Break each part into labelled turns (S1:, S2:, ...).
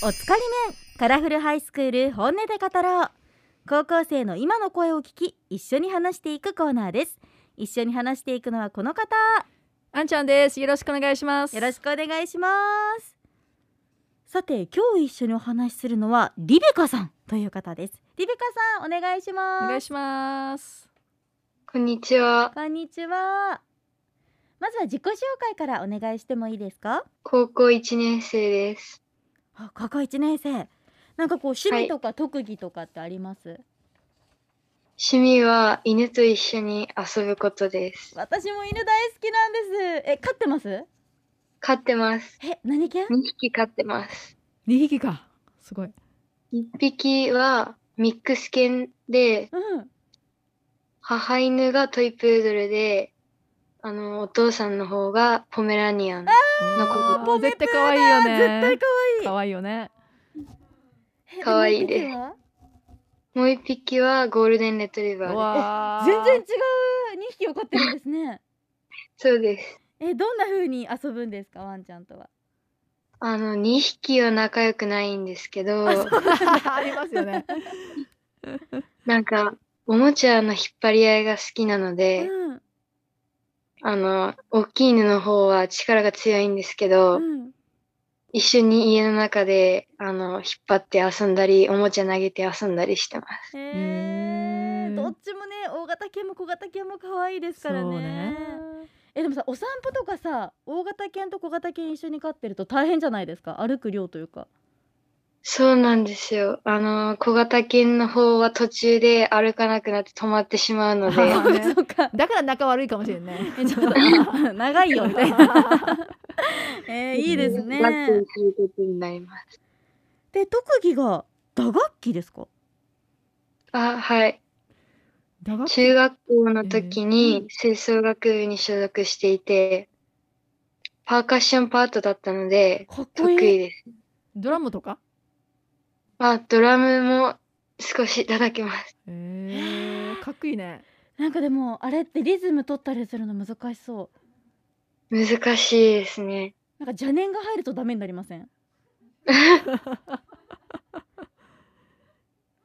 S1: 仮面カラフルハイスクール本音で語ろう高校生の今の声を聞き一緒に話していくコーナーです一緒に話していくのはこの方
S2: あんちゃんです。よろしくお願いします。
S1: よろしくお願いしますさて今日一緒にお話しするのはリベカさんという方ですリベカさんお願いし
S2: お
S1: ます
S2: 願いします。
S3: こんにちは。
S1: こんにちはまずは自己紹介からお願いしてもいいですか
S3: 高校1年生です。
S1: あ高校一年生なんかこう趣
S3: は
S1: 味
S3: い
S1: とか特技とかってあります、
S3: 趣味は犬と一緒に遊ぶことです。
S1: 私も犬大好きなんですえ飼ってます
S3: 飼ってます。
S1: え何犬
S3: 2匹飼ってます。
S2: 二匹か。すごい。
S3: 1匹はミックス犬で、
S1: うん
S3: 母犬がトイプードルで、あの、お父さんの方がポメラニアン。
S2: あー
S1: ポメ
S2: 絶
S1: プーだ
S2: 対可愛いよね。
S1: 絶対可
S2: 可愛いよね。
S1: 愛い
S3: 可愛い
S1: え
S3: です
S1: もう一匹は
S3: もう1匹はゴールデンレトリバーで
S2: わー
S1: 全然違う二匹を飼ってるんですね
S3: す。そうです。
S1: えどんな風に遊ぶんですかワンちゃんとは
S3: あの、2匹は仲良くないんですけ ど、
S2: ありますよね。
S3: なんか、おもちゃの引っ張り合いが好きなの
S1: う
S3: で、
S1: ん
S3: あの、大きい犬の方は力が強いんですけど、
S1: うん
S3: 一緒に家の中で、あの、引っ張って遊んだり、おもちゃ投げて遊んだりしてます。
S1: え
S2: うー
S1: ー、
S2: ん
S1: どっちもね大型犬も小型犬も可愛いですから
S2: そう
S1: ね
S2: ね。
S1: えでもさお散歩とかさ大型犬と小型犬一緒に飼ってると大変じゃないですか歩く量というか
S3: そうなんですよ。あの、小型犬の方は途中で歩かなくなって止まってしまうので、
S2: あーね
S1: そうか
S2: だから仲悪いかもしれない。
S1: えちょっと 長いよみたいな えー、いい ですね
S3: バッテンすることになります。
S1: で特技が打楽器ですか
S3: あ、はい。
S2: 打楽器
S3: 中学校の時に吹奏楽部に所属していて、パーカッションパートだったので、
S1: かっこ
S3: 得
S1: いい
S3: 意です。
S2: ドラムとか。
S3: あ、ドラムも少し叩けます。
S2: えー、 かっこいいね。
S1: なんかでもあれってリズム取ったりするの難しそう
S3: 難しいですね。
S1: なんか邪念が入るとダメになりま せん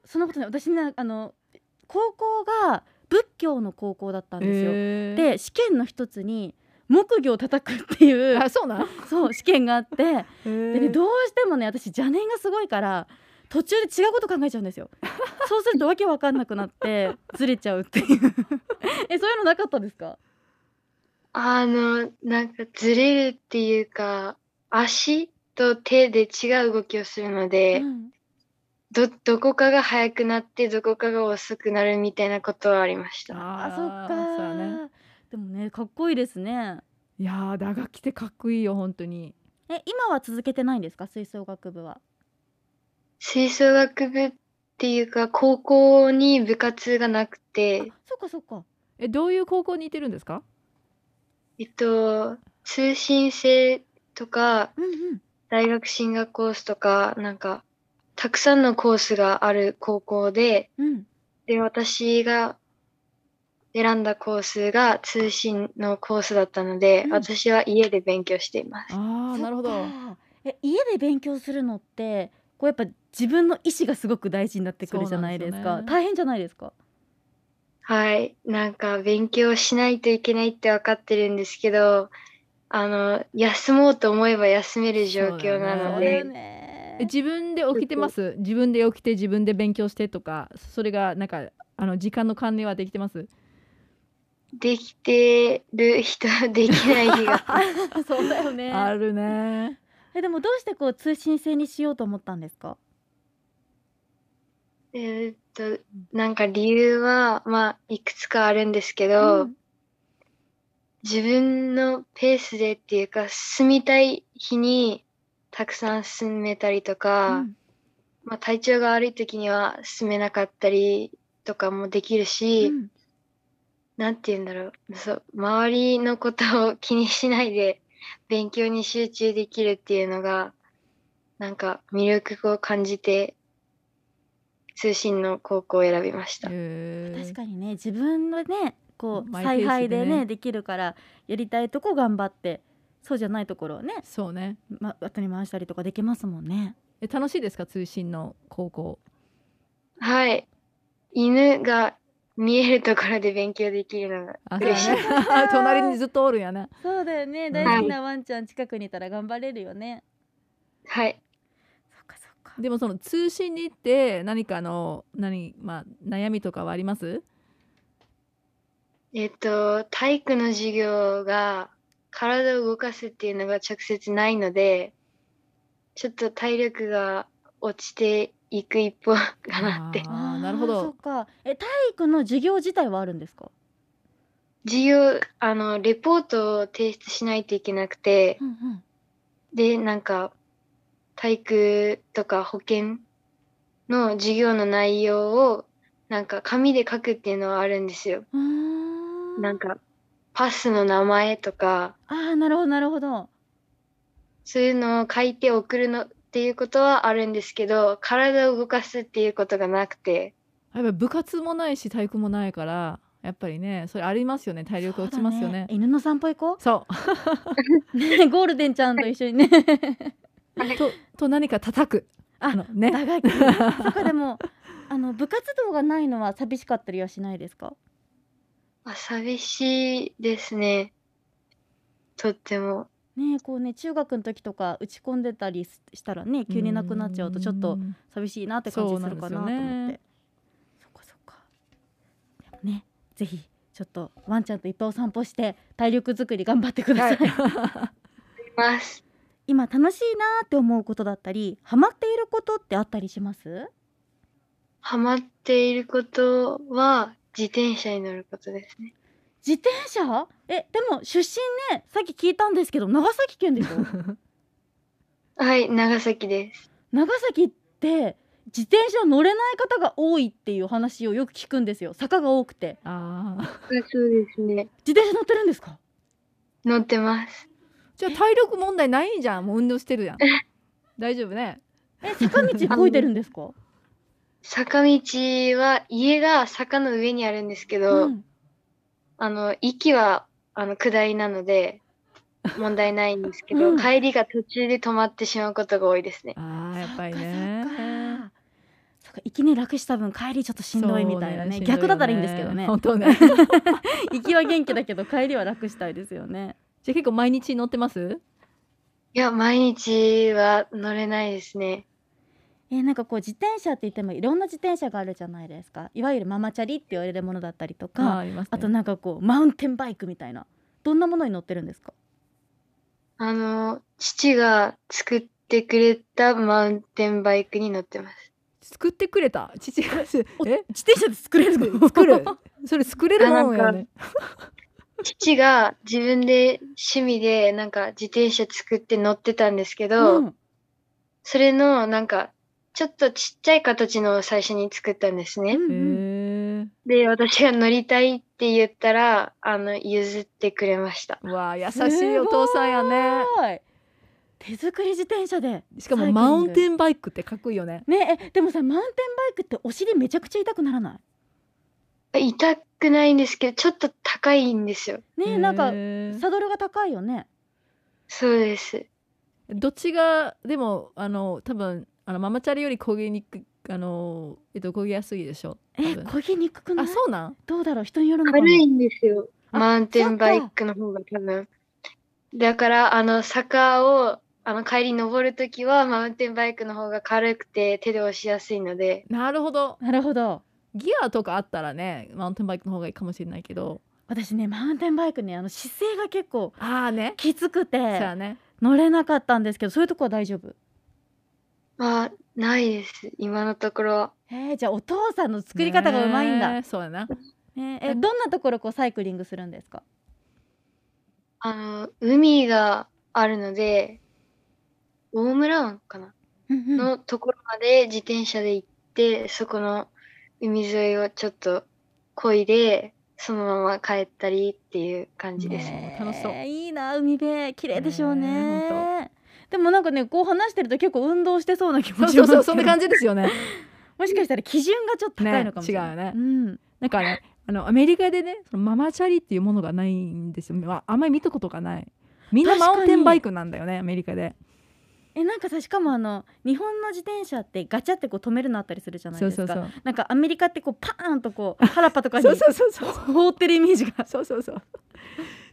S1: そんなことない私ねあの高校が仏教の高校だったんですよ、
S2: えー、
S1: で試験の一つに木魚を叩くっていう
S2: あそうなん。
S1: そう試験があって
S2: え
S1: でね
S2: ー、
S1: どうしてもね私邪念がすごいから途中で違うこと考えちゃうん ですよそうするとわけわかんなくなってずれちゃうっていうえそういうのなかったですか
S3: あの、なんかずれるっていうか、足と手で違う動きをするので、
S1: うん
S3: ど、どこかが速くなって、どこかが遅くなるみたいなことはありました。
S1: あ
S2: あ
S1: そっか
S2: そうやね。
S1: でもねかっこいいですね
S2: いやー打楽器ってかっこいいよ本当に。
S1: え今は続けてないんですか吹奏楽部は
S3: 吹奏楽部っていうか、高校に部活がなく
S1: あ
S3: て、
S1: そっかそっか
S2: えどういう高校にいてるんですか。
S3: えっと、通信制とか、
S1: うんうん
S3: 大学進学コースとか、なんか、たくさんのコースがある高校で、
S1: うん
S3: で、私が選んだコースが通信のコースだったので、
S1: うん
S3: 私は家で勉強しています。
S2: ああなるほど。
S1: そっかえ家で勉強するのってこうやっぱ自分の意思がすごく大事になってくるじゃないです
S2: そうな
S1: か
S2: んですよね
S1: 大変じゃないですか
S3: はい。なんか、勉強しないといけないって分かってるんですけど、あの、休もうと思えば休める状況な
S1: そう
S3: の
S1: だ
S3: で
S1: よ、ね
S2: え自分で起きてます自分で起きて自分で勉強してとかそれがなんかあの時間の管理はできてます
S3: できてる人、 できない日 が。
S1: そうだよね
S2: るね
S1: えでもどうしてこう通信制にしようと思ったんですか
S3: えーっと、なんか理由は、まあ、いくつかあるんですけど、
S1: うん
S3: 自分のペースでっていうか進みたい日にたくさん進めたりとか、
S1: うん
S3: まあ、体調が悪い時には進めなかったりとかもできるし、
S1: うん
S3: なんて言うんだろうそう周りのことを気にしないで 勉強に集中できるっていうのがなんか魅力を感じて通信の高校を選びました。
S2: へー
S1: 確かにね自分のねこう
S2: マイペースで
S1: 采
S2: ね
S1: 配でねできるからやりたいとこ頑張ってそうじゃないところをね、
S2: そうね
S1: ま、後に回したりとかできますもんね。
S2: え楽しいですか通信の高校
S3: はい。犬が見えるところで勉強できるのが
S2: あそう
S3: 嬉しい
S2: や。ね 隣にずっとおるんやな
S1: そうだよね
S2: ん
S1: 大好きなワンちゃん近くにいたら頑張れるよね、
S3: はい。
S1: そっかそっか
S2: でもその通信に行って何かの何、まあ、悩みとかはあります
S3: えっと、体育の授業が体を動かすっていうのが直接ないので、ちょっと体力が落ちていく一方かなって。
S2: あーなるほ
S1: そっ
S2: ど
S1: かえ体育の授業自体はあるんですか、
S3: 授業、あの、レポートを提出しないといけなくて、
S1: んうん、
S3: で、なんか、体育とか保健の授業の内容を、なんか紙で書くっていうのはあるんですよ。
S1: うーん
S3: なんか、パスの名前とか、
S1: ああなるほどなるほど
S3: そういうのを書いて送るのっていうことはあるんですけど、体を動かすっていうことがなくて、
S2: やっぱり部活もないし体育もないからやっぱりねそれありますよね体力落ちますよ
S1: そ
S2: ね
S1: うだ犬の散歩行こ
S2: そう
S1: うねゴールデンちゃんと一緒にね
S2: とと何か叩くあのね
S1: 長いそっかで もあの部活動がないのは寂しかったりはしないですか
S3: あ寂しいですね。とっても。
S1: ねえこうね中学の時とか打ち込んでたりしたらね急になくなっちゃうとちょっと
S2: うん
S1: 寂しいなって感じするかなと思って
S2: そ
S1: そ,、
S2: うなんですよね
S1: っかそっかでもねぜひちょっとワンちゃんといっぱいお散歩して体力作り頑張ってください、
S3: います。
S1: 今楽しいなーって思うことだったりハマっていることってあったりします
S3: ハマっていることは、自転車に乗ることですね。
S1: 自転車えでも出身ねさっき聞いたんですけど長崎県でしょ
S3: はい、長崎です。
S1: 長崎って自転車乗れない方が多いっていう話をよく聞くんですよ坂が多くて
S2: あ ー
S3: あそうですね。
S1: 自転車乗ってるんですか
S3: 乗ってます。
S2: じゃあ体力問題ないんじゃんもう運動してるやん大丈夫ね
S1: え 坂道動いてるんですか、
S3: 坂道は、家が坂の上にあるんですけど、
S1: うん
S3: あの、行きは、あの、下りな ので、問題ないんですけど、
S1: うん
S3: 帰りが途中で止まってしまうことが多いですね。
S2: あーやっぱり
S1: そっかそっ
S2: ね
S1: かそっか行きね楽した分帰りちょっとしんどいみたいなね逆だったらいいんですけどね
S2: 本当ね
S1: 行きは元気だけど帰りは楽したいですよね
S2: じゃあ結構毎日乗ってます
S3: いや、毎日は乗れないですね。
S1: えーなんかこう自転車って言ってもいろんな自転車があるじゃないですかいわゆるママチャリって言われるものだったりと
S2: あー
S1: か
S2: ありますね
S1: あとなんかこうマウンテンバイクみたいなどんなものに乗ってるんですか
S3: あの、父が作ってくれたマウンテンバイクに乗ってます。
S2: 作ってくれた父がす
S1: お
S2: え
S1: 自転車で 作れるの
S2: 作るそれ作れるもんやね
S3: 父が自分で趣味でなんか自転車作って乗ってたんですけど、
S1: うん
S3: それのなんかちょっとちっちゃい形のを最初に作ったんですね。
S1: うん
S2: へ
S1: うん
S2: え
S3: で、私が乗りたいって言ったら、あの、譲ってくれました。
S2: わあ優しいお父さんやね
S1: すごい手作り自転車で
S2: しか
S1: サイクリン
S2: も
S1: グ
S2: マウンテンバイクってかっこいいよね
S1: ねえでもさマウンテンバイクってお尻めちゃくちゃ痛くならない
S3: 痛くないんですけど、ちょっと高いんですよ。
S1: ねえなんか
S2: へえ
S1: サドルが高いよね
S3: そうです。
S2: どっちがでもあの多分あのママチャリより焦げにくあのえっと焦げやすいでしょ
S1: え
S2: 多分
S1: 漕ぎにくくな
S2: あ
S1: い
S2: そうなん
S1: どうだろう人によるのかな
S3: 軽いんですよ。
S1: あ
S3: マウンテンバイクの方が多分。だから、あの、坂を、あの、帰り登るときは、マウンテンバイクの方が軽くて、手で押しやすいので、
S2: なるほど
S1: なるほど
S2: ギアとかあったらねマウンテンバイクの方がいいかもしれないけど
S1: 私ねマウンテンバイクねあの姿勢が結構
S2: ああね
S1: きつく
S2: そうや
S1: て
S2: ね
S1: 乗れなかったんですけどそういうとこは大丈夫
S3: まあ、ないです。今のところは。
S1: えー、じゃあお父さんの作り方がうまいんだ、
S2: ね
S1: ね
S2: えそう やな
S1: ええどんなところこうサイクリングするんですか
S3: あの、海があるので、大村湾かなのところまで自転車で行って、そこの海沿いをちょっと漕いで、そのまま帰ったりっていう感じです。
S1: ねえ
S2: 楽しそう
S1: いいな海辺綺麗でしょうね
S2: ねえほ
S1: でもなんかねこう話してると結構運動してそうな気
S2: そ
S1: も
S2: う
S1: し
S2: そ
S1: ま
S2: う
S1: す
S2: そうそんな感
S1: じ
S2: じですよね
S1: もしかしたら基準がちょっと高いのかもしれない、
S2: ね違うよね
S1: うん、
S2: なんかねあのアメリカでねそのママチャリっていうものがないんですよ、まあ、あんまり見たことがないみんな
S1: 確か
S2: マ
S1: に
S2: ウンテンバイクなんだよねアメリカで
S1: えなんかさしかもあの日本の自転車ってガチャってこう止めるのあったりするじゃない
S2: そ
S1: で
S2: う
S1: すか
S2: そうそう
S1: なんかアメリカってこうパーンとこう原っぱとかに
S2: そうそうそうそう
S1: 放ってるイメージが
S2: そうそうそう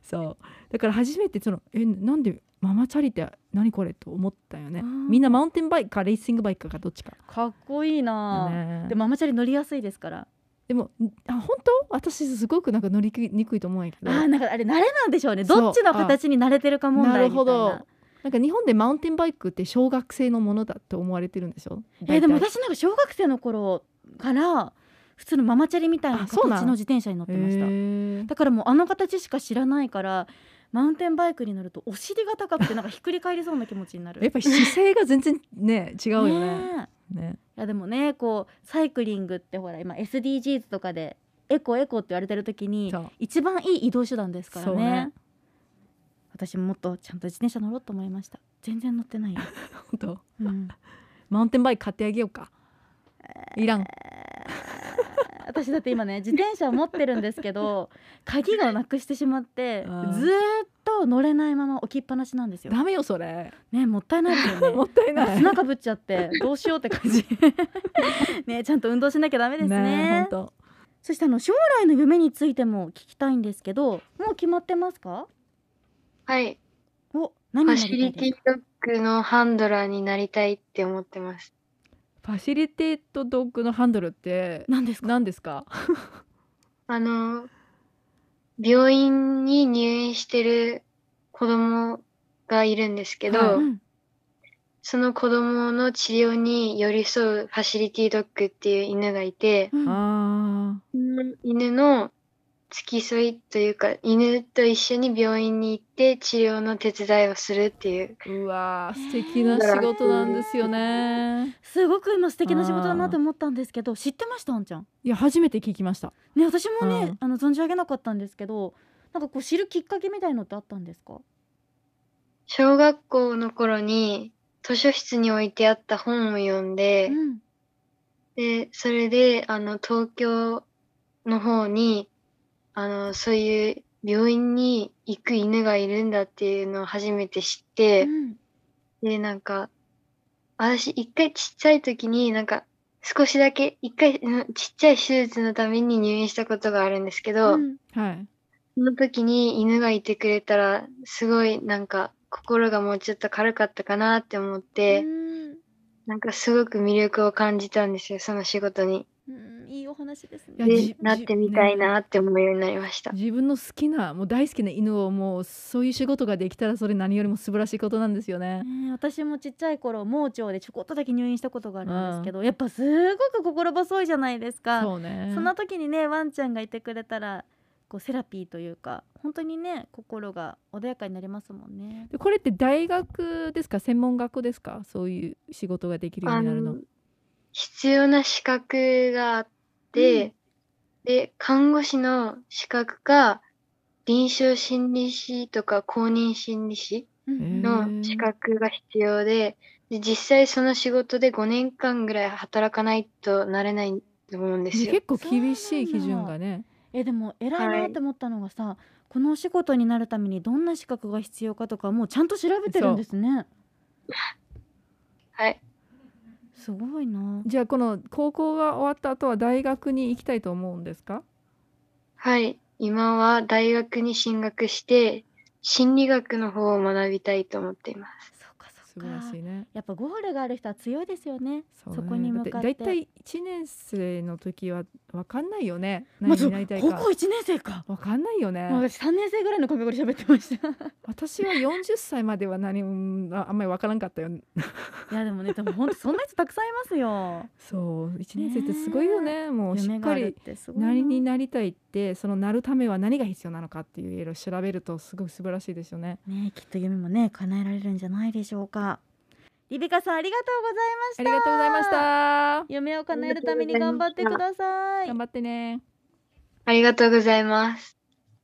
S2: そうだから初めてそのえなんでママチャリって何これと思ったよね
S1: うん
S2: みんなマウンテンバイクかレーシングバイクかどっちか、
S1: かっこいいな
S2: ね
S1: ぁでもママチャリ乗りやすいですから
S2: でもあ本当私すごくなんか乗りにくいと思うんやけ
S1: あ
S2: ど
S1: ーなんかあれ慣れなんでしょうね
S2: そう
S1: どっちの形に慣れてるか問題みたいな
S2: なるほどなんか日本でマウンテンバイクって小学生のものだって思われてるんでしょ
S1: えーでも
S2: 大体
S1: 私なんか小学生の頃から普通のママチャリみたいな
S2: あ
S1: 形
S2: そうなの
S1: の自転車に乗ってました、
S2: へー
S1: だからもうあの形しか知らないからマウンテンバイクに乗るとお尻が高くてなんかひっくり返りそうな気持ちになる
S2: やっぱり姿勢が全然ね違うよね
S1: ねえ
S2: ね
S1: いやでもねこうサイクリングってほら今 SDGs とかでエコエコって言われてる時に
S2: そう
S1: 一番いい移動手段ですから
S2: そう
S1: ね
S2: ね
S1: 私ももっとちゃんと自転車乗ろうと思いました全然乗ってないよ、
S2: 本当
S1: うん、
S2: マウンテンバイク買ってあげようかいらん
S1: 私だって今ね自転車を持ってるんですけど鍵がなくしてしまってず
S2: あー
S1: ーっと乗れないまま置きっぱなしなんですよ
S2: ダメよそれ
S1: ねもったいないですよ
S2: も
S1: ね
S2: ったいない
S1: 砂かぶっちゃってどうしようって感 じねちゃんと運動しなきゃダメですね
S2: 本
S1: そしてあの将来の夢についても聞きたいんですけどもう決まってますか
S3: はい。
S1: お
S3: フ
S1: 何に
S3: ァ
S1: な
S3: シ
S1: りたい
S3: リ
S1: で
S3: テ
S1: す
S3: ィ
S1: か
S3: ドッグのハンドラーになりたいって思ってます。
S2: 当ファシリテートドッグのハンドルって
S1: 何ですか
S2: 何ですか
S3: あの、病院に入院してる子供がいるんですけど、
S2: は
S1: う
S2: い
S1: ん
S3: その子供の治療に寄り添うファシリティドッグっていう犬がいて、
S1: うん
S2: あ
S3: その犬の付き添いというか、犬と一緒に病院に行って治療の手伝いをするっていう。
S2: ーうわー素敵な仕事なんですよね
S1: すごく今素敵な仕事だなと思ったんですけど知ってましたあんちゃん
S2: いや初めて聞きました
S1: ね私もね、
S2: うん
S1: あの存じ上げなかったんですけどなんかこう知るきっかけみたいのってあったんですか
S3: 小学校の頃に図書室に置いてあった本を読んで、
S1: うん
S3: で、それで、あの、東京の方に、あの、そういう病院に行く犬がいるんだっていうのを初めて知っ
S1: う
S3: て、
S1: ん
S3: で、なんか、私、一回ちっちゃい時に、なんか、少しだけ、一回、うんちっちゃい手術のために入院したことがあるんですけど、
S1: うん
S2: はい
S3: その時に犬がいてくれたら、すごい、なんか、心がもうちょっと軽かったかなって思って、
S1: うん
S3: なんか、すごく魅力を感じたんですよ、その仕事に。
S1: うんいいお話ですね
S2: いや
S3: で
S2: じ
S3: なってみたいなって思うようになりました。
S2: 自分の好きなもう大好きな犬をもうそういう仕事ができたらそれ何よりも素晴らしいことなんですよね
S1: ね私もちっちゃい頃盲腸でちょこっとだけ入院したことがあるんですけど、やっぱすごく心細いじゃないですか
S2: そうね
S1: そんな時にねワンちゃんがいてくれたらこうセラピーというか本当にね心が穏やかになりますもんね。
S2: でこれって大学ですか専門学校ですかそういう仕事ができるよう
S3: あ
S2: になるの
S3: の必要な資格があって、
S1: うん
S3: で看護師の資格か臨床心理士とか公認心理士
S1: うん
S2: へー
S3: の資格が必要でで実際その仕事で5年間ぐらい働かないとなれないと思うんですよ。
S2: 結構厳しい基準がね
S1: えでも偉いなって思ったのがさ、このお仕事になるためにどんな資格が必要かとかもうちゃんと調べてるんですね。
S3: はい、
S1: すごいな。
S2: じゃあこの高校が終わった後は大学に行きたいと思うんですか
S3: はい、今は大学に進学して心理学の方を学びたいと思っています。
S1: そうかそ
S2: 素
S1: うか
S2: 晴ら。しいね
S1: やっぱゴールがある人は強いですよね。
S2: うね
S1: そこに向かって
S2: だだいたい1年生の時は分かんないよね
S1: ま
S2: 何
S1: ず
S2: になりたいか、
S1: 高校一年生か。
S2: 分かんないよね、
S1: もう私三年生ぐらいの髪型で喋ってました。
S2: 私は40歳までは何もああんまり分からんかったよ
S1: いやでもねでも本当そんな人たくさんいますよ。
S2: そう1年生ってすごいよねもうしっ
S1: 夢が
S2: か
S1: ある
S2: り
S1: ってすごいな。
S2: 何になりたいってそのなるためは何が必要なのかっていう色を調べるとすごく素晴らしいですよね
S1: ねきっと夢もね叶えられるんじゃないでしょうかリベカさんありがとうございました
S2: ありがとうございました
S1: 夢を叶えるために頑張ってください
S2: 頑張ってね
S3: ありがとうございます。